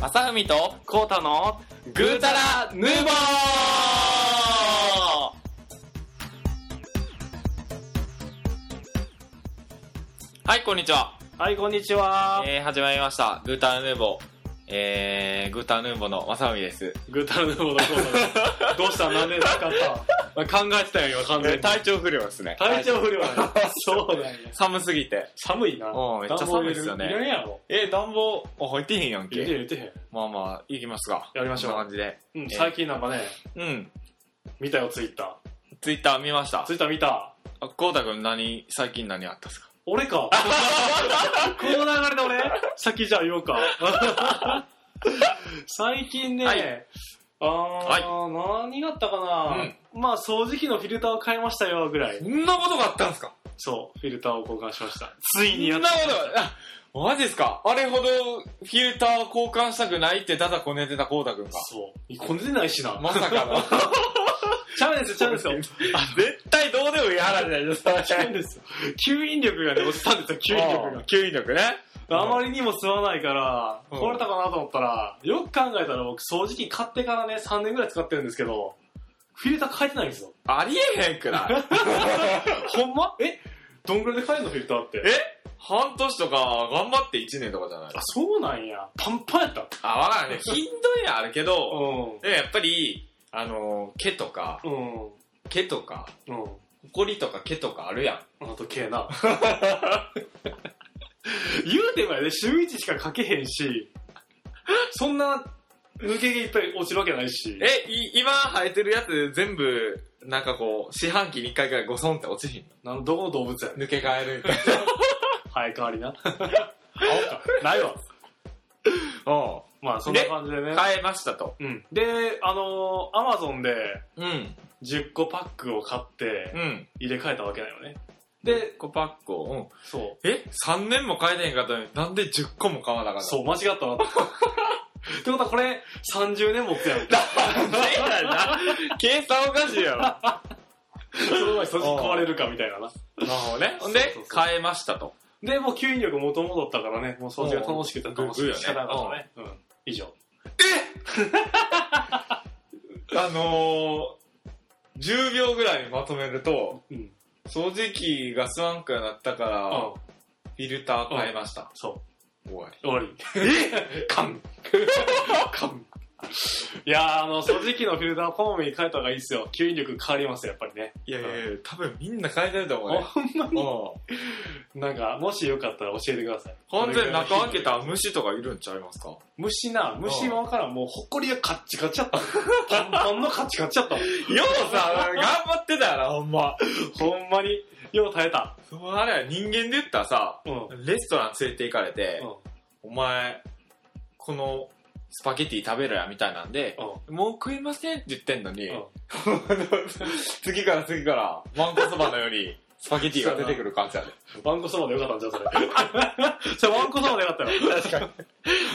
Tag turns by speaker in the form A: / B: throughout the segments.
A: 正文と
B: コータの
A: グータラヌーボーはい、こんにちは。
B: はい、こんにちは。
A: えー、始まりました。グータラヌーボー。えー、グータラヌーボーの正文です。
B: グータラヌーボーのコータですどうした何で使った、まあ、考えてたよ、今、完全に。
A: 体調不良ですね。
B: 体調不良やねそうなんや。
A: 寒すぎて。
B: 寒いな。
A: うんめっちゃ寒いっすよね
B: 暖房入れるいらんやろ。
A: えー、暖房、あ、入ってへんやん
B: 入れて
A: け。
B: 入れて
A: まあまあ、行きますか。
B: やりましょう
A: こんな感じで。
B: へん。うん、
A: えー
B: 最近なんかね、
A: うん。
B: 見たよ、ツイッタ
A: ツイッター見ました
B: ー。ツ。イッター見た。
A: あ、こうたくん何、最近何あったっすか
B: 俺 か。この流れで俺先じゃあ言おうか。 最近ね、
A: はい
B: あー、何があったかな、まあ掃除機のフィルターを買いましたよぐらい。
A: そんなことがあったんすか
B: そう、フィルターを交換しました。つい
A: そ
B: にやっ
A: んなことあマジですかあれほどフィルターを交換したくないってただこねてたこうたくんが
B: そう。こねてないしな。
A: まさかの
B: ちゃうんですよ、ちゃうんですよ。
A: 絶対どうでもいい話だよそれ
B: ちゃうんですよ。吸引力がね、落ちたんです
A: 吸
B: よ、吸引
A: 引
B: 力
A: 力
B: が
A: が。吸引力ね
B: あまりにも吸わないから、
A: うん
B: 壊れたかなと思ったら、よく考えたら僕掃除機買ってからね、3年ぐらい使ってるんですけど、フィルター変えてないんですよ。
A: ありえへんくない
B: ほんまえどんぐらいで変えるのフィルターって。
A: え半年とか頑張って1年とかじゃない
B: あ、そうなんや。パンパンやった。
A: あわ からんね頻度にはあるけど
B: うん。
A: でもやっぱりあの毛とか
B: うん。
A: 毛とか
B: うん。
A: ほこりとか毛とかあるやん
B: あと、けえな。 言うてもやで、週1しかかけへんし、そんな抜け毛いっぱい落ちるわけないし。
A: えい今生えてるやつ全部なんかこう四半期に1回ぐらいゴソンって落ちひん
B: などこの動物やねん
A: の抜け替えるみたいな
B: 生え変わりな。あおっか。ないわ。
A: お
B: まあ、そんな感じでね。
A: 変えましたと。
B: うん。で、あのー、アマゾンで
A: うん。
B: 10個パックを買って
A: うん。
B: 入れ替えたわけだよね。で、
A: 5パックを。
B: そう。
A: うん。え ?3 年も変えてへんかったのに、なんで10個も買わなかった。
B: そう う、間違った なって。ってことはこれ、30年持って やる。
A: 計算おかしいやろ。な
B: その前にそっち壊れるかみたいなな。
A: るほどね。ほんで
B: そうそう、そう
A: 変えましたと。
B: で、もう吸引力もともとだったからね、もう掃除が楽しくて楽しくて仕方なかったね。うん。以上。
A: あのー、10秒ぐらいにまとめると、
B: うん。うん。
A: 掃除機がスワンクになったから、フィルター変えました。
B: そ
A: 終わり
B: う。。終わり。え カン。カン。いやー、あの、掃除機のフィルター好みに変えた方がいいですよ。吸引力変わりますよ、やっぱりね。
A: いやいやいや、多分みんな変えてると思うね。
B: ほんま
A: うん。
B: なんか、もしよかったら教えてください。
A: ほんで、中開けたら虫とかいるんちゃいますか
B: 虫な、虫はわからん。もう、ほこりがカッチカチやった。パンパンのカッチカチや った。
A: ようさ、頑張ってたよな、ほんま。
B: ほんまに、よう耐えた。
A: そのあれは人間で言ったらさ、
B: うん。
A: レストラン連れて行かれて、
B: う
A: お前、このスパゲティ食べろや、みたいなんで、
B: ん。
A: もう食いませんって言ってんのに、
B: うん
A: 次から次から、マンコそばのように、スパゲティが出てくる感じやで。
B: ワンコそばでよかったんじゃん、そ れ。それワンコそばでよかったよ。
A: 確かに。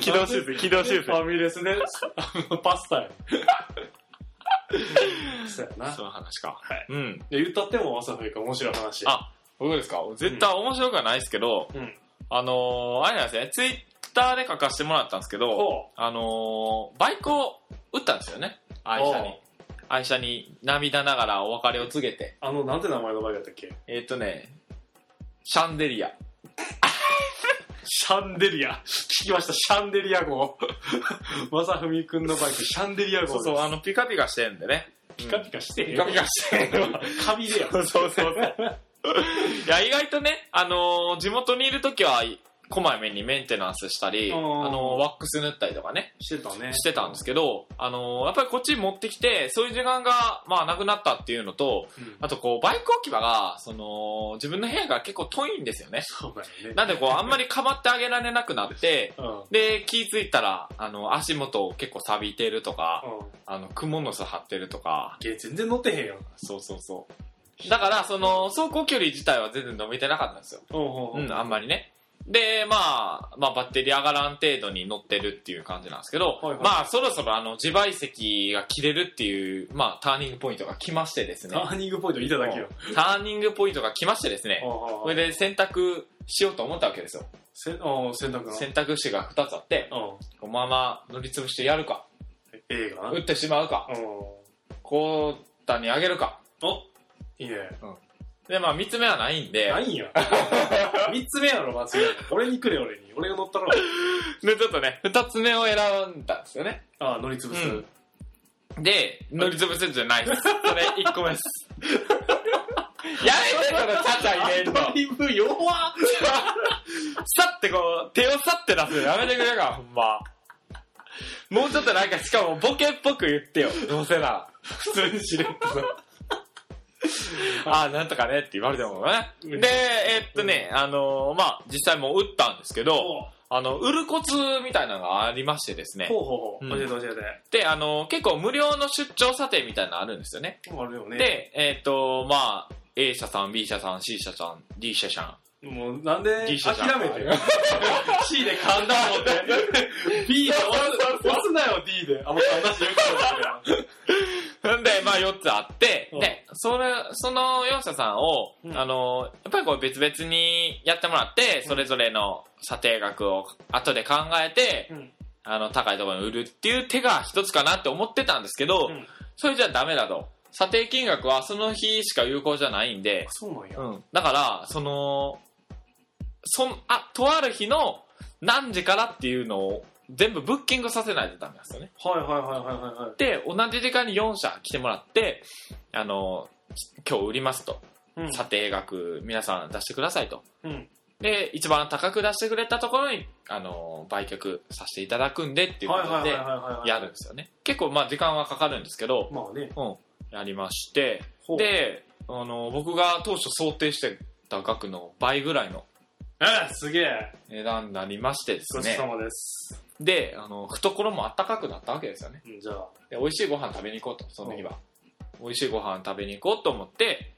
A: 軌道修正、軌道
B: ファミレスで、あのパスタや。 そうやな。
A: その話か。
B: はい
A: うん。
B: で言ったっても、朝冬か面白い話。
A: あ僕ですか絶対面白くはないですけど、
B: うん
A: あのー、あれなんですね、ツイッターで書かせてもらったんですけど、
B: ほ
A: あのーバイクを撃ったんですよね愛車
B: おう
A: に愛車に涙ながらお別れを告げて
B: あの、なんて名前のバイクだったっけ
A: えっ、とねシャンデリア
B: シャンデリア。聞きました、シャンデリア号。まさふみくんのバイク、シャンデリア号です。
A: そうそうあのピカピカしてるんでね
B: ピカピカしてへん
A: ピ
B: よ
A: カピカして る
B: カビでや。
A: そうそうそういや意外とねあのー地元にいる時はこまめにメンテナンスしたり、
B: う
A: あ
B: ん
A: のーワックス塗ったりとかね
B: してたね。
A: してたんですけど、あのーやっぱりこっち持ってきてそういう時間がまあなくなったっていうのと
B: うん
A: あとこうバイク置き場がその自分の部屋が結構遠いんですよね
B: そうだよね。
A: なんでこう、あんまりかまってあげられなくなって、
B: うん。うん。
A: で、気づいたら、あの、足元結構錆びてるとか、あの、蜘蛛の巣張ってるとか、
B: いや全然乗ってへんよ。
A: そうそうそう。だから、その、走行距離自体は全然伸びてなかったんですよ。
B: うん
A: うん、あんまりね。で、まあ、まあ、バッテリー上がらん程度に乗ってるっていう感じなんですけど、
B: はいはい
A: まあ、そろそろあの、自賠責が切れるっていう、まあ、ターニングポイントが来ましてですね
B: タ。 ーニングポイントいただけよ。
A: ターニングポイントが来ましてですね。こ
B: こ
A: れ、で選択しようと思ったわけですよ。
B: せ、ああ、洗濯な。
A: 選択肢が2つあって、
B: う
A: こうまま塗りつぶしてやるか、
B: A かな。
A: 打ってしまうか、
B: うん。
A: コータにあげるか。
B: おいいね。
A: で、まあ、三つ目はないんで
B: な、いんや。 三つ目やろ、まず。俺にくれ、俺に。俺が乗ったろ。
A: で、ちょっとね、二つ目を選んだんですよね。
B: ああ、乗りつぶす。
A: うんで、乗りつぶせるじゃないです。それ、一個目です。やめて、このちゃちゃ入れんの。
B: アドリブ弱っ
A: さってこう、手をさって出すのやめてくれよ、ほんま。もうちょっとなんか、しかもボケっぽく言ってよ。どうせなら。普通にしれっとさ。ああ、なんとかねって言われてもね。で、えっとね、あのーまあ、実際もう打ったんですけど、
B: ほ
A: あの、売るコツみたいなのがありましてです
B: う
A: ね。
B: ほうほ
A: うん
B: う。教えて教え
A: で、あの、結構無料の出張査定みたいなのあるんですよね。
B: て。あるよね。
A: で、えっ、と、まあ、A 社さん、B 社さん、C 社さん、D 社さん。
B: もう、なんで、
A: D 社さん。
B: 諦め てよ。
A: C で勘だもんね。
B: B 押す押すなよ、D で。あ、もう話してよくない
A: んで、まあ4つあって、
B: うん
A: で、それ、その4社さんを、
B: うん
A: あの、やっぱりこう別々にやってもらって、それぞれの査定額を後で考えて、
B: うん
A: あの、高いところに売るっていう手が一つかなって思ってたんですけど、
B: うん
A: それじゃダメだと。査定金額はその日しか有効じゃないんで、
B: そうなんや。
A: だから、その、そん、あ、とある日の何時からっていうのを全部ブッキングさせないとダメなんですよね。
B: はいはいはいはいはいはい。
A: で、同じ時間に4社来てもらって、あの、今日売りますと。
B: うん
A: 査定額皆さん出してくださいと。
B: うん
A: で、一番高く出してくれたところに、あの、売却させていただくんでっていうこ
B: はいは
A: と
B: いはい
A: で
B: はいはいはい。
A: やるんですよね。結構まあ時間はかかるんですけど、
B: まあね。
A: うん、やりまして、
B: ほう、
A: で、あの、僕が当初想定してた額の倍ぐらいの
B: えーすげえ。
A: 値段になりましてで
B: ご
A: す
B: ちそうさ
A: ね。
B: まです。
A: で、あの、懐もあったかくなったわけですよね。
B: うんじゃあ、
A: で、美味しいご飯食べに行こうと、その日は。美味しいご飯食べに行こうと思って、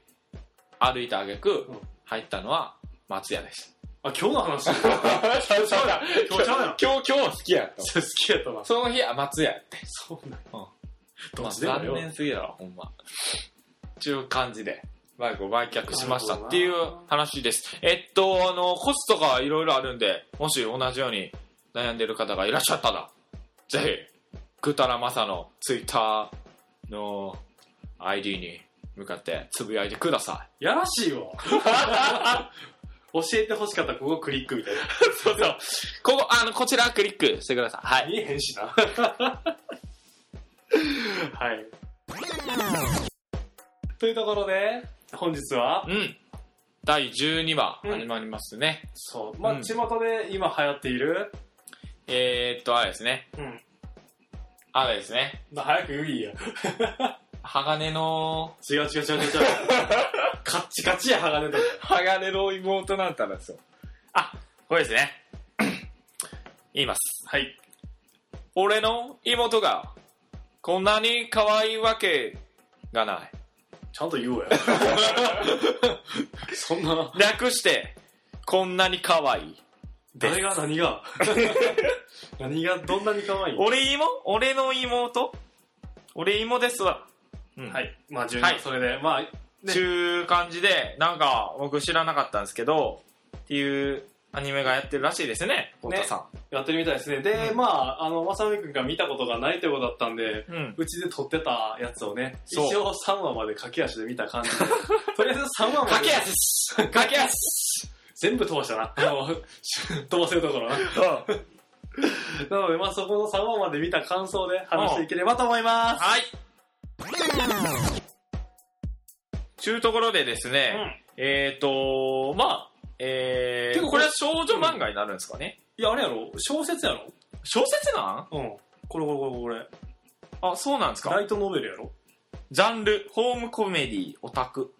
A: 歩いた挙句
B: うん、
A: 入ったのは松屋で し
B: あ、今日の話
A: た。そう
B: ちゃうやん今日ちゃうやん
A: 今日、今日は好きやと。
B: 好きやったな。
A: その日は松屋やって。
B: そうなんや。
A: うん
B: ど
A: ま
B: っ
A: あ
B: ちでも
A: 残
B: よ。
A: 念すぎだろ、ほんま。ちゅう感じで、バイクを売却しましたっていう話です。えっと、あの、コストがいろいろあるんで、もし同じように悩んでる方がいらっしゃったら、ぜひ、ぐたらまさのツイッターの ID に向かってつぶやいてください。
B: やらしいわ。教えてほしかったらここクリックみたいな。
A: そうそう。ここ、あの、こちらクリックしてください。はい。
B: 見えへんしな。はい。というところで、本日は、
A: うん。第12話始まりますね。
B: そう、ま
A: う
B: あ、
A: ん
B: 巷で今流行っている、
A: えー、っと、あれですね。
B: うん。
A: あれですね。
B: まあ、早く言いや。
A: 鋼の
B: 違う違う違う違う違う。カッチカチや、鋼とか。
A: 鋼の妹なんたらですよ。あ、これですね。 言います。
B: はい。
A: 俺の妹が、こんなに可愛いわけがない。
B: ちゃんと言おうや。 そんな、
A: 略して、こんなに可愛い。です
B: 誰が何が 何がどんなに可愛い
A: 俺妹俺の妹俺妹ですわ。うん
B: は。い。まあ、順
A: は
B: 番
A: い
B: それで、まあ、ね
A: ちゅう感じで、なんか、僕知らなかったんですけど、っていうアニメがやってるらしいですね、太田さ
B: やってるみたいですね。で、
A: うん
B: まあ、あの、まさみくんが見たことがないということだったん
A: ん。
B: で、
A: うん。
B: うちで撮ってたやつをね、一
A: そう
B: 応3話まで駆け足で見た 感じで、とりあえず3話まで。
A: 駆け足っ す駆け足っす
B: 全部飛ばしたな。あの飛ばせるところな。なので、まあ、そこの3話まで見た感想で話していければと思います。
A: はい。ちゅうところでです
B: う
A: ね、
B: ん。
A: えっ、ー、とまあ、え
B: て
A: ー、
B: か
A: これは少女漫画になるんですかね、
B: いや、あれやろ小説やろ
A: 小説なん
B: うん。これこれこれこれ。
A: あ、そうなんですか
B: ライトノベルやろ
A: ジャンル、ホームコメディ、オタク。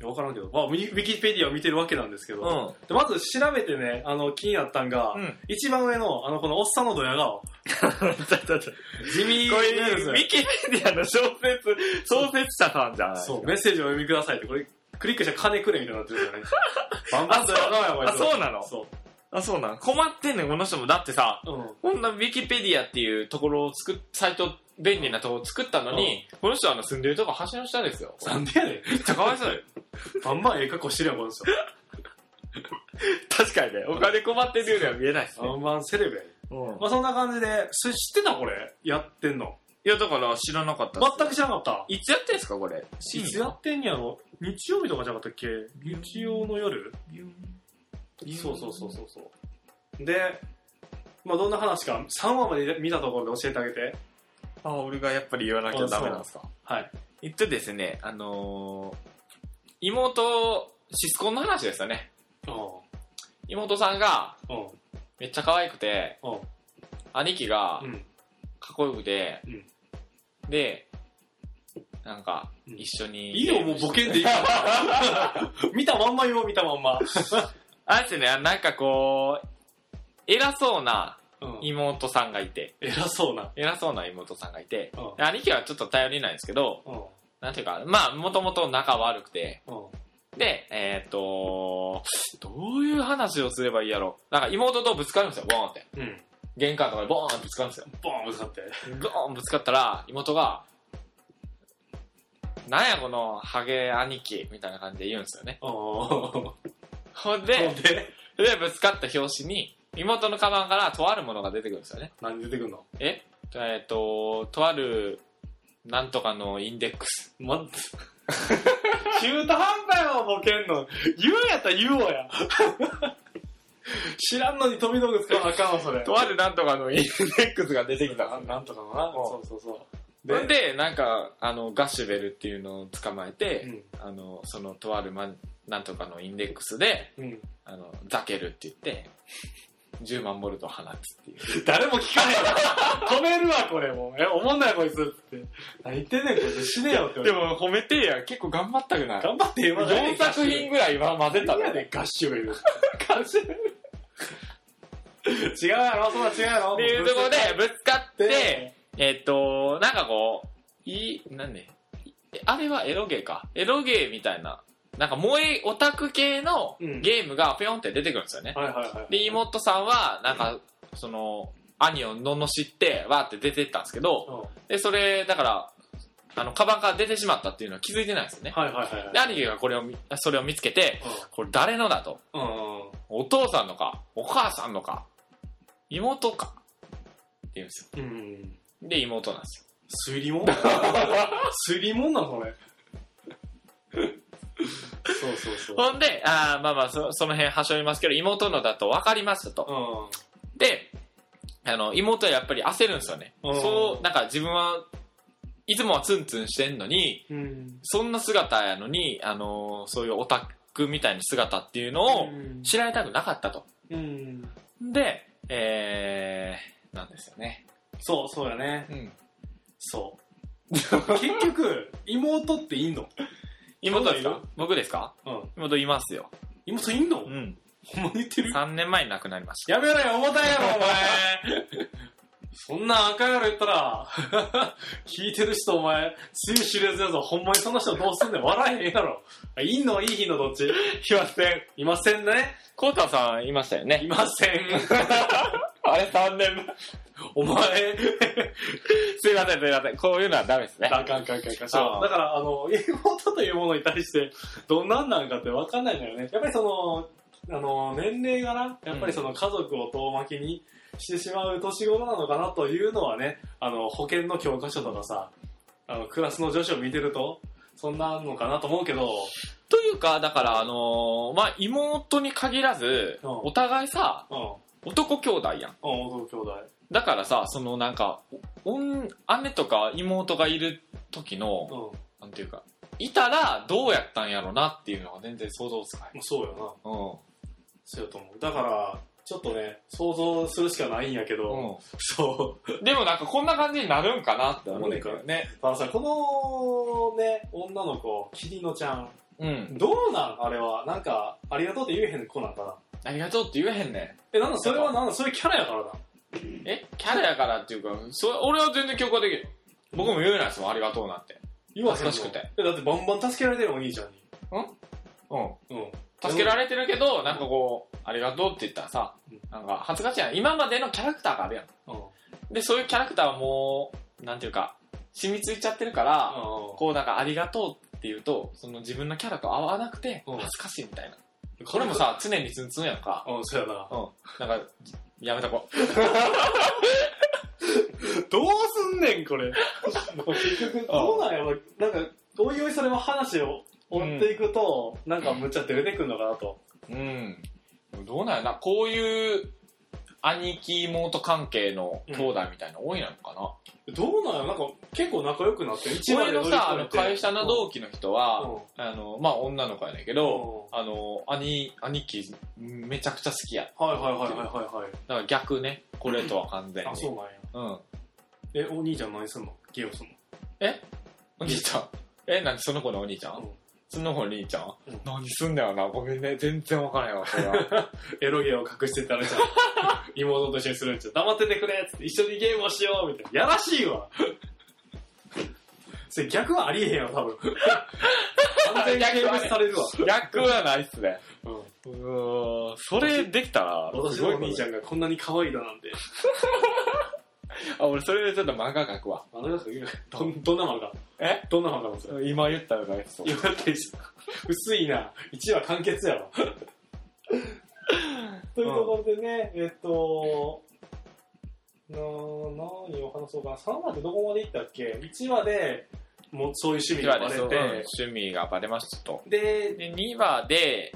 B: いやわからんけど、まあ、ウィウィキペディアを見てるわけなんですけ
A: う
B: ど、
A: ん。うん。
B: でまず調べてね、あの、気になったんが、一番上の、あの、このおっさんのド ヤ顔。地味
A: これ、
B: なんです
A: ウ
B: よ
A: ィキペディアの小説、小説者さんじゃない
B: そう、メッセージをお読みくださいって、これ、クリックしたら金くれみたいになってるじゃないバンバンドヤ顔やばい
A: あ、そうなの
B: そ
A: あ、そうなの困ってんねん、この人も。だってさ、
B: う。うん。
A: こんなウィキペディアっていうところを作っ、サイト、便利なところを作ったのに、この人はあの住んでるとこ橋の下ですよ。
B: なんでやねん。
A: めっちゃかわいそうよ。
B: バンバンええ格好してるやん、この人。
A: 確かにね、お金困ってるようには見えないですね。
B: バンバンセレブやね
A: うん
B: まあそんな感じで、す知ってたこれやってんの。
A: いや、だから知らなかったっす
B: 全く知らなかった。
A: いつやってんすか、これ。
B: いつやってんやろ日曜日とかじゃなかったっけ日曜の夜
A: うん
B: そうそうそうそうそう。で、まあどんな話か、3話まで見たところで教えてあげて。
A: あ、俺がやっぱり言わなきゃダメなんですか。
B: はい。
A: えっとですね、あのー、妹、シスコンの話ですよね。
B: う
A: 妹さんが
B: ん。うん。
A: めっちゃ可愛くて、
B: うん
A: 兄貴が
B: うん。
A: かっこよくて、
B: うん
A: で、なんか、
B: うん
A: 一緒に。
B: いいよ、もうボケんでいいよ。 見たまんまよ、見たまんま。
A: あれですね、なんかこう、偉そうな
B: うん、
A: 妹さんがいて、
B: 偉そうな。
A: 偉そうな妹さんがいて、
B: うん。
A: 兄貴はちょっと頼りないんですけど、
B: うん。
A: なんていうか、まあ、もともと仲悪くて、
B: うん。
A: で、えーっと、どういう話をすればいいやろなんか妹とぶつかるんですよ、ボーンって。
B: うん。
A: 玄関とかでボーンってぶつかるんですよ。
B: ボーンぶつかって。
A: ボーンぶつかったら、妹が、なんやこのハゲ兄貴みたいな感じで言うんですよね。
B: う
A: ほん
B: ん。
A: で、
B: で、
A: で、ぶつかった拍子に、妹のカバンからとあるものが出てくるんですよね。
B: 何出てくんの
A: ええっ、と、とある、なんとかのインデックス。
B: ま、 中途半端やわ、ボケんの。言うんやったら言おうや。知らんのに飛び道具使わなあかんわ、それ。
A: とあるなんとかの インデックスが出てきたんで
B: なんとかのな。
A: うん
B: そうそうそう。
A: す。ん、で、なんか、あの、ガッシュベルっていうのを捕まえ
B: う
A: て、
B: ん。
A: あの、そのとある、ま、なんとかのインデックスで、
B: うん。
A: あの、ザケルって言って、10万ボルトを放つっていう。
B: 誰も聞かねえ。止めるわ、これもう。え、おもんないこいつって。何言ってんねん、こいつ。死ねよって。
A: で、も褒めてえや、結構頑張ったくない
B: 頑張って言わない
A: 4作品ぐらいは混ぜた
B: 何
A: の
B: や
A: ね。
B: ねん、ガッシュベル。ガッシュベル。違うやろ、そんな違うやろ。
A: っていうところで、ぶつかっ
B: で、
A: て、えっと、なんかこう、いい、なんで、いあれはエロゲーか。エロゲーみたいな、なんか萌えオタク系の
B: うん
A: ゲームがぴょんって出てくるんですよね。
B: はいはいはい。
A: で、妹さんは、なんか、その、兄を罵って、わーって出てったんですけど、
B: うん
A: で、それ、だから、あの、カバンから出てしまったっていうのは気づいてないんですよね。
B: はいはいはいはい。
A: で、兄貴がこれを見、それを見つけて、これ誰のだと。
B: うん。うん。
A: お父さんのか、お母さんのか、妹か、って言うんです
B: うん。
A: よ。で、妹なんですよ。
B: 推理もん推理もんな、それ。そうそうそう。
A: ほんで、あーまあまあそ、その辺はしょりますけど、妹のだと分かりますと。
B: う
A: で、あの、妹はやっぱり焦るんですよね。
B: うん
A: そう、なんか自分は、いつもはツンツンしてんのに、
B: ん。うん。
A: そんな姿やのに、あのーそういうオタクみたいな姿っていうのを知られたくなかったと。
B: うん。
A: で、えー、なんですよね。
B: そう、そうやね。
A: うん。
B: そう。結局、妹っていんの
A: 妹です
B: そう
A: か
B: だ
A: 僕ですか
B: うん。
A: 妹いますよ。
B: 妹いんの
A: うん。
B: ほんまに言ってる
A: 3年前に亡くなりました。
B: やめろよ、重たいやろ、お前。そんな赤いやろ言ったら、 聞いてる人お前、つゆ知れずやぞ。ほんまにその人どうすんねん。笑えへんやろ。いいのいい日のどっち
A: いません。
B: いませんね。
A: コウタさんいましたよ
B: い
A: ね。
B: ません。
A: あれ3年前。
B: お前。
A: すいません、すいません。こういうのはダメですね。
B: あかんあかんあかんあかんそう
A: あ
B: だから、あの、妹というものに対して、どんなんなんかってわかんないんだよね。やっぱりその、あの、年齢がな、やっぱりその家族を遠巻きにしてしまう年頃なのかなというのはね、あの、保険の教科書とかさ、あの、クラスの女子を見てると、そんなのかなと思うけど、
A: というか、だから、あのーまあ、妹に限らず、
B: うん
A: お互いさ、
B: うん、
A: 男兄弟やん。
B: うん、男兄弟。
A: だからさ、そのなんか、おん姉とか妹がいる時の、
B: うん、も
A: なんていうか、いたらどうやったんやろなっていうのが全然想像つかない。
B: うそうよな。
A: うん。
B: そうやと思う。だから、ちょっとね、想像するしかないんやけど、
A: う
B: そう。
A: ん。でもなんかこんな感じになるんかなって思うねんだけどね。
B: あのさ、このね、女の子、キリノちゃん。
A: うん。
B: どうなんあれは。なんか、ありがとうって言えへん子なんかな。
A: ありがとうって言えへんね
B: え、なんだ、それはなんだ、それキャラやからな。
A: ん。えキャラやからっていうか、そ俺は全然共感できる。僕も言えないですもん、ありがとうなんて。
B: 言わへんの
A: 恥ずかしくて。
B: え、だってバンバン助けられてるお兄ちゃんに。
A: うん。
B: うん。
A: 助けられてるけど、なんかこう、ありがとうって言ったらさ
B: うん、
A: なんか恥ずかしいやん。今までのキャラクターがあるや
B: うん。うん。
A: ん。で、そういうキャラクターはもう、なんていうか、染みついちゃってるから、こうなんかありがとうって言うと、その自分のキャラと合わなくて、
B: うん
A: 恥ずかしいみたいな。
B: こ
A: これも、さ、常にツンツンやんか。
B: うん、そうやな。
A: うん。なんか、じやめとこ
B: どうすんねん、これ。結局、 どうなんやろなんか、おいおいそれも話を追っていくと、なんかむっちゃ出てくんのかなと。
A: う。うん。どうなんやな、こういう兄貴妹関係の兄弟みたいなの多いなのかな。
B: どうなんやろなんか、結構仲良くなって、一
A: 俺のさ、あの会社の
B: 動
A: 同期の人は、あの、まあ女の子やねんけど、あの、兄、兄貴、めちゃくちゃ好きや。
B: はいはいはいはいはいはい。
A: だから逆ね、これとは完全に。
B: あ、そうなんや。
A: うん。
B: え、お兄ちゃん何すんのゲオすんの
A: お兄ちゃん。え、なんでその子のお兄ちゃん、
B: うん
A: その子のお兄ちゃん、
B: うん
A: 何すんだよな。ごめんね。全然わからへんわ、それは。
B: エロゲを隠してたらじゃん。 妹と一緒にするんじゃん。黙っててくれっつって一緒にゲームをしようみたいな。やらしいわそれ逆はありえへんわ、 多分。完全にゲームされるわ。
A: 逆はないっすね。
B: うん
A: うーん。それできたら、
B: 私
A: すごい
B: のお
A: こと
B: 兄ちゃんがこんなに可愛いだなんて。
A: あ、俺それでちょっと漫画描くわ。
B: あの、どん、どんな漫画
A: え
B: どんな漫画なんそれ。
A: 今言ったのがいっす
B: 今だって薄いな。1話完結 やろ。というところでね、えっと、な何を話そうかな。3話ってどこまでいったっけ ?1 話で、もうそういう趣味
A: 1
B: が
A: 話で
B: バ
A: そう、
B: レ
A: 趣味がバレましたと。
B: て、で、
A: で、2話で、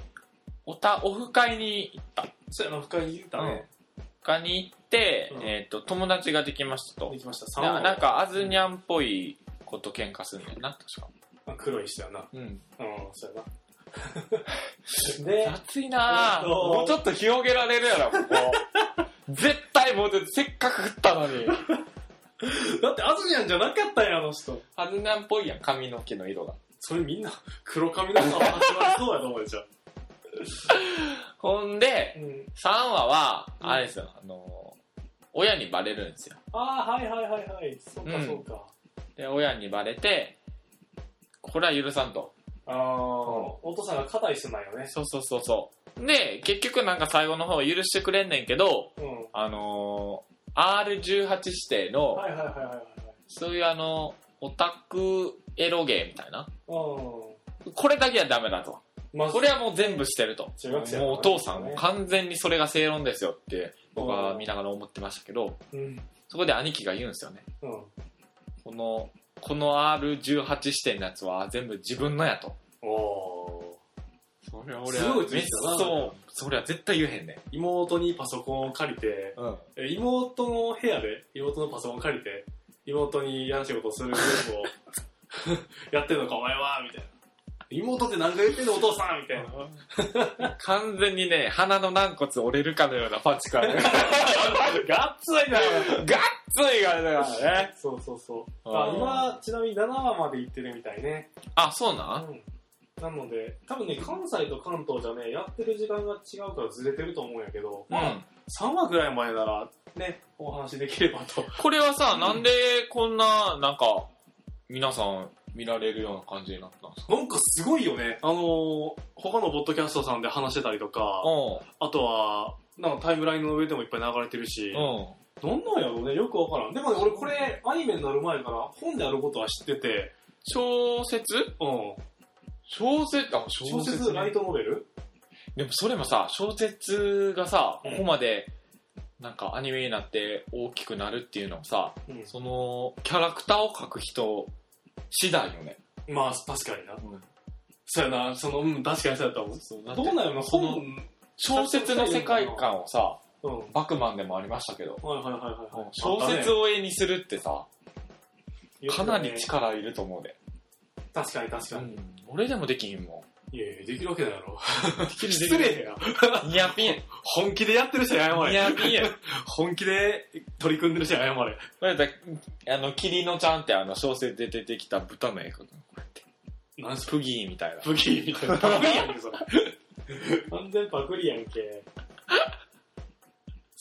A: おた、オフ会に行った。
B: そういうの深い言うたね。
A: オフ会に行って、
B: うん
A: えっ、と、友達ができましたと
B: で。きました。3話
A: ななん、か、アズニャンっぽい子と喧嘩すんねんな、確か。
B: まあ黒い人やな。
A: うん。
B: うん、そう やな。で、
A: 雑いなぁ。
B: えっと
A: もうちょっと広げられるやろ、ここ。 絶対もうちょっとせっかく食ったのに。
B: だってアズニャンじゃなかったんや、あの人。
A: アズニャンっぽいやん、髪の毛の色が。
B: それみんな黒髪の人は始まりそうやと思うじゃん。
A: ほんで、
B: うん、
A: 3話は、
B: うん
A: あれですよ、あのー、親にバレるんですよ。
B: ああ、はいはいはいはい。そうか
A: うん
B: そうか。
A: で、親にバレて、これは許さんと。
B: ああ、お父さんが肩いすなんよね。
A: そうそうそうそう。で、結局なんか最後の方許してくれんねんけど、
B: うん。
A: あのー、R18 指定の、
B: はいはいはいはいはいはい。
A: そういうあの、オタクエロゲーみたいな。
B: う
A: これだけはダメだと。
B: ん。まあ
A: これはもう全部してると。
B: 中学生
A: もうお父さん
B: ね
A: も完全にそれが正論ですよって僕は見ながら思ってましたけど、
B: うん。うん。
A: そこで兄貴が言うんですよね。この、この R18 視点のやつは全部自分のやと。
B: おお
A: それは
B: 俺
A: 俺
B: は
A: は
B: めっそう
A: そう。それは絶対言えへんね
B: ー。妹にパソコンを借りて、
A: うん。
B: え妹の部屋で、妹のパソコンを借りて、妹に嫌な仕事をするゲームを やってんのかお前はみたいな。妹って何回言ってんのお父さんみたいな。
A: 完全にね、鼻の軟骨折れるかのようなパンチ からね。
B: がっついな
A: ガッツリがあるからね。
B: そうそうそう。あ今、ちなみに7話まで行ってるみたいね。
A: あ、そうなん
B: うんなので、多分ね、関西と関東じゃね、やってる時間が違うからずれてると思うんやけど、
A: う
B: まあ
A: ん。
B: 3話ぐらい前なら、ね、お話できればと。
A: これはさ、なんでこんな、なんか、皆さん見られるような感じになったんですか
B: なんかすごいよね。あのー他のポッドキャストさんで話してたりとか、
A: う
B: あとは、なんかタイムラインの上でもいっぱい流れてるし、
A: ん。うん。
B: どんなんやろうね、よくわからん。でもね、俺これ、アニメになる前から本であることは知ってて、
A: 小説
B: うん。
A: 小説、あ、
B: 小説、ライトノベル
A: でもそれもさ、小説がさ、
B: うん
A: ここまで、なんかアニメになって大きくなるっていうのもさ、
B: うん
A: その、キャラクターを描く人次第よね。
B: まあ、確かにな。
A: うん。
B: そうやな、その、うん、確かにそうやったもん。
A: そう
B: どうなんやろな、
A: その
B: 本、
A: 小説の世界観をさ、
B: うん。
A: バクマンでもありましたけど、
B: はいはいはいはい。
A: 小説を絵にするってさ、
B: を
A: かなり力いると思うで。
B: 確かに確かに。
A: 俺でもできひんも
B: いやいや、できるわけないやろ。
A: ん。
B: 失礼や。
A: ニアピン。
B: 本気でやってる人に謝
A: ニ
B: れ。
A: ア ピンや。
B: 本気で取り組んでる人に謝れ。
A: これだあの、キリノちゃんってあの、小説で出てきた豚の絵描くの。こうやって
B: なんす
A: プギーみたいな。
B: プギー みたいな。パクリやんけ、それ。完全パクリやんけ。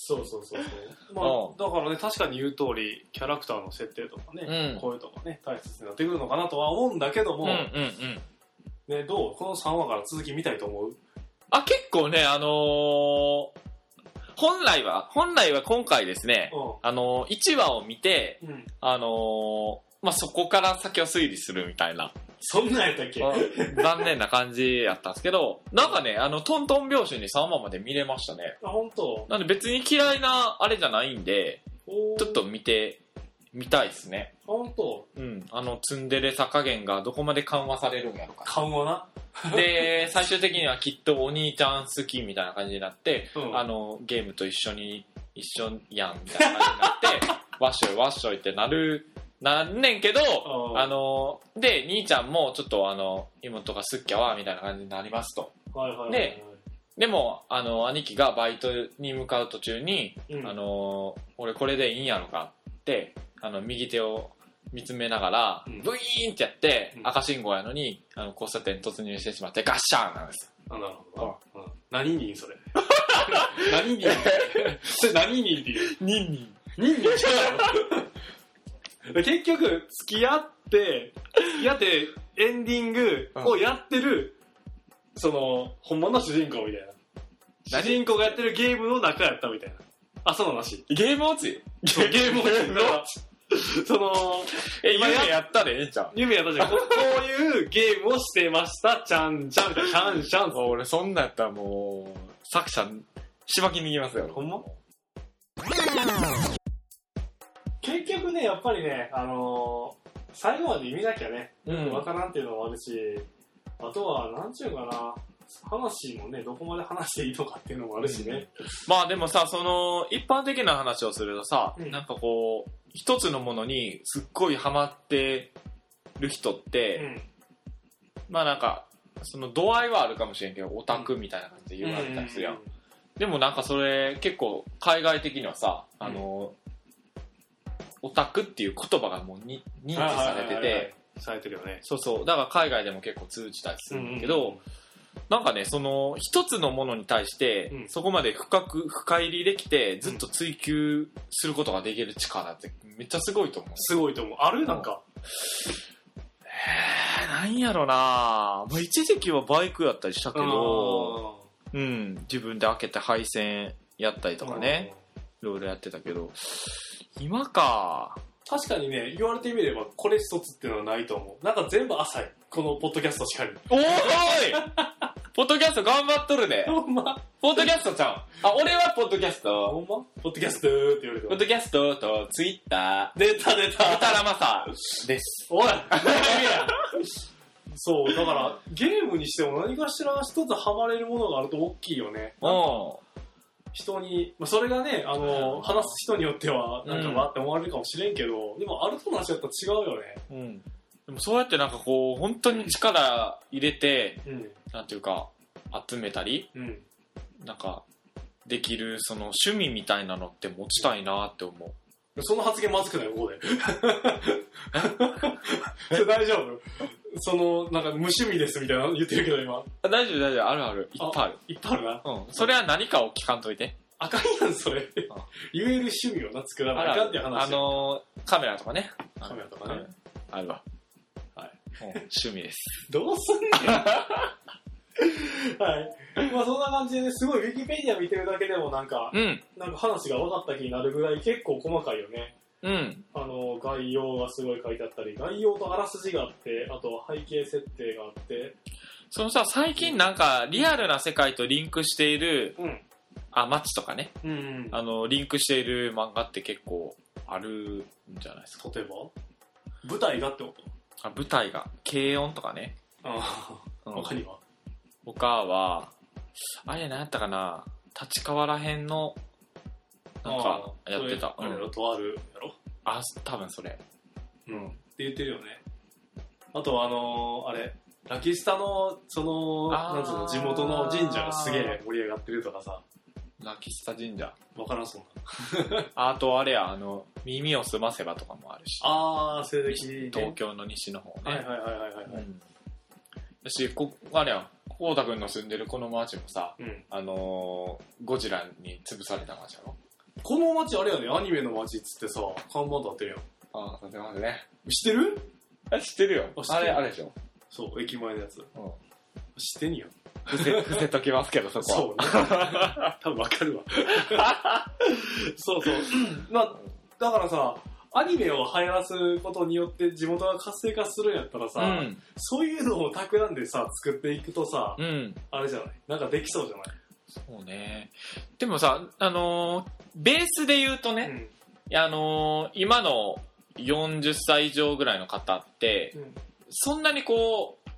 B: そうそうそうそう。まあ、
A: うん
B: だからね、確かに言う通り、キャラクターの設定とかね、
A: うん
B: こういうとこね、大切になってくるのかなとは思うんだけども、
A: うんうんうん。
B: ね、どうこの3話から続き見たいと思う
A: あ、結構ね、あのー本来は、本来は今回ですね、
B: う
A: あのー、1話を見て、
B: ん。うん。
A: あのーまあ、そこから先を推理するみたいな、
B: そんなんやったっけ
A: 残念な感じやったんですけど、なんかね、あの、トントン拍子に3話まで見れましたね。
B: あ、本当。
A: なんで別に嫌いなあれじゃないんで、
B: おー
A: ちょっと。見てみたいですね。
B: 本当。
A: うん。あの、ツンデレさ加減がどこまで緩和されるんやろ か。
B: 緩和な。
A: で、最終的にはきっとお兄ちゃん好きみたいな感じになって、
B: うん
A: あの、ゲームと一緒に、一緒やんみたいな感じ になって、わっしょいわっしょいってなる、なんねんけど、
B: うん
A: あの、で、兄ちゃんもちょっとあの、妹が好きやわ、みたいな感じになりますと。
B: はいはいはいはい。
A: ででも、あの、兄貴がバイトに向かう途中に、
B: うん
A: あ、の、俺これでいいんやろかって、あの、右手を見つめながら、
B: うん
A: ブイーンってやって、
B: うん
A: 赤信号やのに、あの、交差点突入してしまって、ガッシャーンなんですよ。
B: あ、なるほどな。うん何人それ。何 人それ何人っていう。
A: ニンニン。
B: 人間じゃん 結局、付き合って、付き合って、エンディングをやってる、その、本物の主人公みたいな。
A: 何
B: 主人公がやってるゲームの中やったみたいな。朝の話。
A: ゲーム落ち
B: ゲームをや ったら、その、
A: え、
B: 今
A: 夢
B: や
A: やったでええんちゃう
B: 夢やったじゃん。ここういうゲームをしてました。ちゃんちゃん、ちゃんちゃん。
A: もう俺そんなんやったらもう、作者、しばきに行きますよ。
B: ほんま結局ね、やっぱりね、あのー最後まで見なきゃね、
A: う
B: わ
A: ん。
B: からんっていうのもあるし、あとは、なんちゅうかな、話もね、どこまで話していいのかっていうのもあるしね。
A: まあでもさ、その、一般的な話をするとさ、
B: うん
A: なんかこう、一つのものにすっごいハマってる人って、
B: うん。
A: まあなんか、その度合いはあるかもしれんけど、オタクみたいな感じで言われたりするやん。でもなんかそれ、結構、海外的にはさ、あの、オタクっていう言葉がもうに認知されて
B: はいはいはいは
A: て
B: い、されてるよね。
A: そうそう。だから海外でも結構通じたりするんだけど、
B: うんうんうん
A: なんかね、その、一つのものに対して、
B: うん
A: そこまで深く、深入りできて、ずっと追求することができる力って、めっちゃすごいと思う。
B: すごいと思う。あるなんか。
A: えー、なんやろなまあ一時期はバイクやったりしたけど、うん、自分で開けて配線やったり
B: う
A: と
B: ん
A: かね、。いろいろやってたけど、今か
B: 確かにね、言われてみれば、これ一つっていうのはないと思う。なんか全部浅い。このポッドキャストし かり。
A: おーおいポッドキャスト頑張っとるで、
B: ほんま
A: ポッドキャストちゃんあ、俺はポッドキャスト
B: ほんまポッドキャストーって言われて
A: ポッ
B: も
A: ドキャストとツイッター、
B: 出た出
A: た
B: た
A: たらまさです。
B: おいそう、だから、ゲームにしても何かしら一つハマれるものがあると大きいよね。
A: うん。そ
B: 人に、まあ、それがね、あの、
A: うん
B: 話す人によっては、なんか
A: うん
B: わって思われるかもしれんけど、でも、あるとの話だったら違うよね。
A: うん。でもそうやってなんかこう、本当に力入れて、
B: う
A: なんていうか、集めたり、
B: ん。うん。
A: なんか、できる、その趣味みたいなのって持ちたいなって思う。
B: その発言まずくない ここで。それ大丈夫その、なんか、無趣味ですみたいなの言ってるけど、今。
A: あ大丈夫大丈夫、あるある。いっぱいある。
B: いっぱいあるな。
A: うん。それは何かを聞かんといて。
B: あかんやん、それ。言える趣味をな、作らなあかんっていう話。
A: あ、のー、カメラとかね。
B: カメラとかね。
A: あるわ。
B: はい
A: うん。趣味です。
B: どうすんね ん。はい。まあ、そんな感じでね、すごい、ウィキペディア見てるだけでも、なんか、
A: うん。
B: なんか話が分かった気になるぐらい結構細かいよね。
A: うん。
B: あの概要がすごい書いてあったり概要とあらすじがあってあと背景設定があって
A: そのさ、最近なんか、リアルな世界とリンクしている、
B: うん
A: あ、マッチとかね。
B: うん
A: あの、リンクしている漫画って結構あるんじゃないですか。
B: 例えば舞台がってこと
A: あ舞台が、軽音とかね。
B: あ
A: う
B: あ
A: ん
B: 他には
A: 他は、あれ何やったかな立川らへんの、なんか、
B: あー
A: やってた。
B: それあれや
A: うん
B: ろとあるやろ
A: あ、多分それ。
B: うんって言ってるよねあとはあのーあれラキスタのその
A: あー
B: なんつうの地元の神社がすげえ盛り上がってるとかさ
A: ラキスタ神社。
B: わからんそんな
A: ああとあれや、あの、耳をすませばとかもあるし。
B: ああ成績
A: 東京の西の方
B: はい
A: ね
B: は。いはいはいはいはい
A: うん。だし、こ、あれや、こうたくんの住んでるこの町もさ、
B: うん、
A: あのー、ゴジラに潰された町やろ
B: この街あれやねアニメの街っつってさ看板立ってるやん
A: ああ、立てますね。
B: 知ってる
A: あ知ってるよ
B: あ知っ
A: あ
B: て
A: れ、
B: る
A: あれでしょ。
B: そう、駅前のやつ。
A: うん。
B: 知ってんよ。
A: 伏せ、 伏せときますけど、そこは。
B: そうね。 多分わかるわ。そうそう。まあ、だからさ、アニメを流行らすことによって地元が活性化するんやったらさ、
A: うん。
B: そういうのを企んでさ、作っていくとさ、
A: うん。
B: あれじゃないなんかできそうじゃない
A: そうね。でもさ、あのーベースで言うとね、
B: うん
A: いやあのー今の40歳以上ぐらいの方って、
B: うん
A: そんなにこう、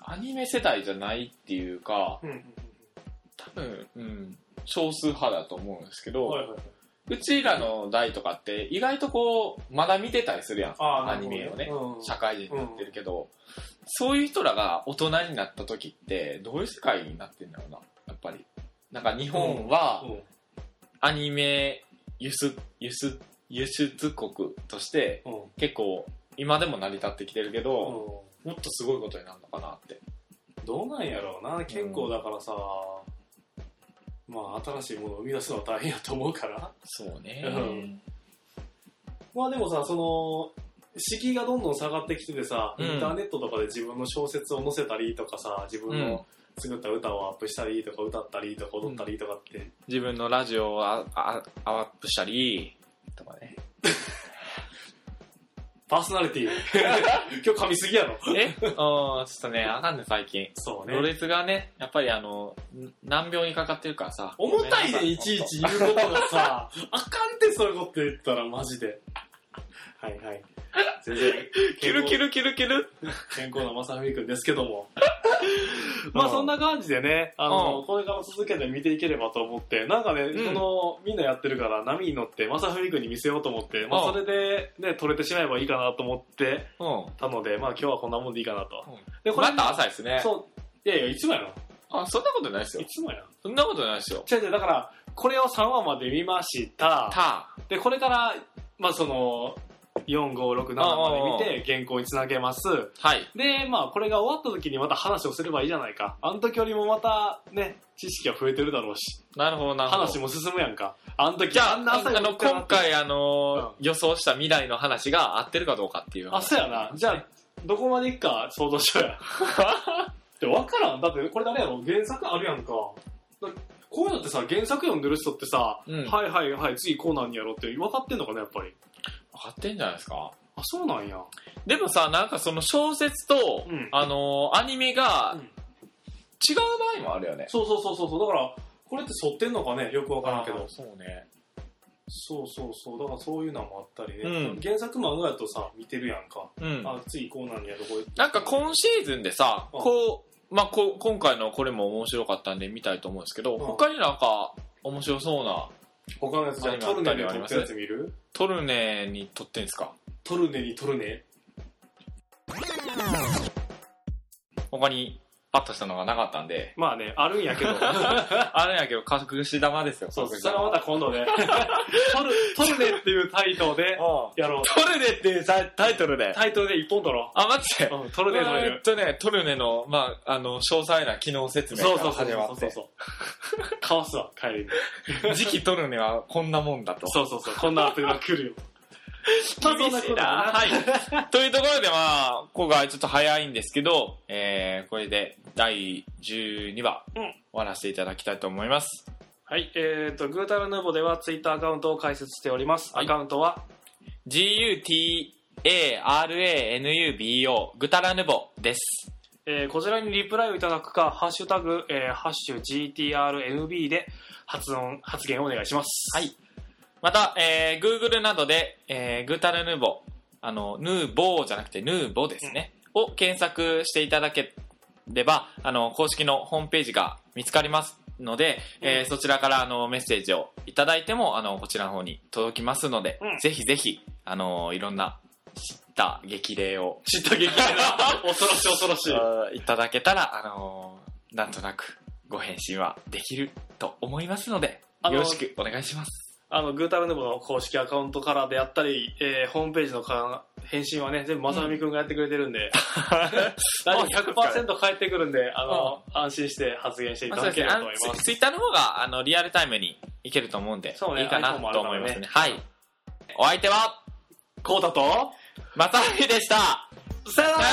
A: アニメ世代じゃないっていうか、
B: うんうん
A: 多分、うん、少数派だと思うんですけ
B: うん
A: ど、
B: はいはいはいう
A: ちらの代とかって意外とこう、まだ見てたりするやん、
B: あー
A: アニメをね
B: なる。ほど
A: 社会人になってるけど、そういう人らが大人になった時って、どういう世界になってんだろうな、やっぱり。なんか日本は
B: うんうん
A: アニメ輸出、輸出、輸出国として
B: うん
A: 結構今でも成り立ってきてるけ
B: う
A: ど、
B: ん
A: もっとすごいことになるのかなって。
B: どうなんやろうな結構だからさ、まあ新しいものを生み出すのは大変やと思うから
A: そうね。
B: うんまあでもさその敷居がどんどん下がってきててさ、
A: うん
B: インターネットとかで自分の小説を載せたりとかさ自分の作った歌をアップしたりとか歌ったりとか踊ったりとかって、
A: 自分のラジオをああアップしたり、とかね。
B: パーソナリティ 今日噛みすぎやろ
A: え うん、ちょっとね、あかんね、最近。
B: そう
A: ロ
B: ね
A: レツがね、やっぱりあの、ん難病にかかってるからさ。
B: 重たいねいちいち言うことがさ あかんってそういうこと言ったらマジではいはい全然
A: キルキルキルキル。
B: 健康なまさふみくんですけど も。まあそんな感じでね、あの、
A: うん
B: これから続けて見ていければと思って、なんかね、
A: うん
B: この、みんなやってるから波に乗って、まさふみくんに見せようと思って、まあ
A: うん
B: それでね、撮れてしまえばいいかなと思って
A: う
B: たので、まあ今日はこんなもんでいいかなと。
A: うん
B: で、
A: ん。また朝ですね。
B: そう、いやいや、いつもや
A: あ、そんなことないです
B: ろ。
A: よ
B: い。つもやろ。
A: そんなことないですよ。
B: 違う違う、だから、これを3話まで見ました。
A: た、
B: で、これから、まあその、4、5、6、7まで見て、原稿につなげます。
A: はい。
B: で、まあ、これが終わった時にまた話をすればいいじゃないか。あの時よりもまたね、知識は増えてるだろうし、
A: なるほど、なるほど。
B: 話も進むやんか。あの時、
A: じゃあ、あ
B: んな朝に
A: の、
B: 起きたな
A: 今
B: って。
A: 回、あの、予想した未来の話が合ってるかどうかっていう。
B: あ、そうやな。じゃあ、どこまでいくか想像しよう や。で、わからん。だって、これ誰やろ原作あるやんか。だこういうのってさ、原作読んでる人ってさ、
A: うん
B: はいはいはい、次こうなんやろって分かってんのかな、やっぱり。
A: 合ってんじゃないですか。
B: あ、そうなんや。
A: でもさ、なんかその小説と、
B: うん
A: あの、アニメ
B: う
A: が
B: ん
A: 違う場合もあるよね。
B: そうそうそうそうそう。だから、これって沿ってんのかね、よくわからんけど
A: あ。そうね。
B: そうそうそう、だからそういうのもあったりね、
A: うん
B: 原作漫画だとさ、見てるやんか、
A: うん。
B: あ次こうなんやとこう
A: なんか今シーズンでさ、
B: うん
A: こう、まあ、こ今回のこれも面白かったんで見たいと思うんですけど、
B: うん
A: 他になんか面白そうな、
B: 他のやつじゃ
A: あ
B: あ、
A: 今あ
B: ト
A: っ
B: ル
A: た
B: ネ
A: り
B: で
A: はあ
B: 撮
A: りま
B: っ
A: す
B: た
A: ね
B: やつ見る
A: トルネに撮ってんすか
B: トルネにトルネ
A: 他にパッとしたのがなかったんで、
B: まあね、あるんやけ ど、
A: あれやけど、隠し玉ですよ、
B: そう、
A: 隠し
B: それは
A: 玉
B: また今度ね、 トルトルネっていうタイトルで
A: うん
B: やろう。
A: トルネっていうタイタイトルで。
B: タイトルで一本撮ろ
A: あ、待って。
B: う。うん、トルネ撮れ
A: えーっ
B: る。
A: とね、トルネの、まあ、あの、詳細な機能説明
B: そう
A: か
B: そ
A: ら
B: うそう
A: 始ま
B: そう
A: っ
B: そう
A: て、
B: そう。かわすわ、帰りに。
A: 次期トルネはこんなもんだと。
B: そうそうそう、こんな後が 来るよ。まあそんなことでな
A: はい。というところで、まあ、今回ちょっと早いんですけど、えー、これで第12話、
B: うん
A: 終わらせていただきたいと思います。
B: はい、えっ、ー、と、グータルヌーボではツイッターアカウントを開設しております。
A: はい
B: アカウントは、
A: GUTARANUBO、ぐたらぬぼです。
B: えーこちらにリプライをいただくか、ハッシュタグ、えーハッシュ GTRNB で発音、発言をお願いします。
A: はい。また、えー、Google などで、えー、ぐたらぬぼ、あの、ヌーボーじゃなくてヌーボですね、を検索していただければ、あの、公式のホームページが見つかりますので、えー
B: うん
A: そちらから、あの、メッセージをいただいても、あの、こちらの方に届きますので、
B: うん
A: ぜひぜひ、あの、いろんな知った激励 を、
B: 知った激励だ。 恐ろしい恐ろしい。
A: あーいただけたら、あのーなんとなくご返信はできると思いますので、
B: あのー
A: よろしくお願いし ます。
B: あの、グータルヌーボの公式アカウントからであったり、えーホームページのか返信はね、全部まさみくんがやってくれてるんで、 大
A: あ
B: 丈夫100%返ってくるんで、あの、安心して発言してい
A: まあ
B: た
A: そう
B: だ
A: ですね
B: けれ
A: あ
B: ばと思い
A: の
B: ま
A: ツイ
B: す。
A: ツイッターの方があのリアルタイムにいけると思うんで、
B: そうね
A: いいかな
B: iPhone もあ
A: と
B: るか
A: 思い
B: ら
A: ま
B: ね
A: すね。はい。お相手は、
B: こうだと、
A: まさみでした。
B: さ
A: さよ
B: よなら
A: なら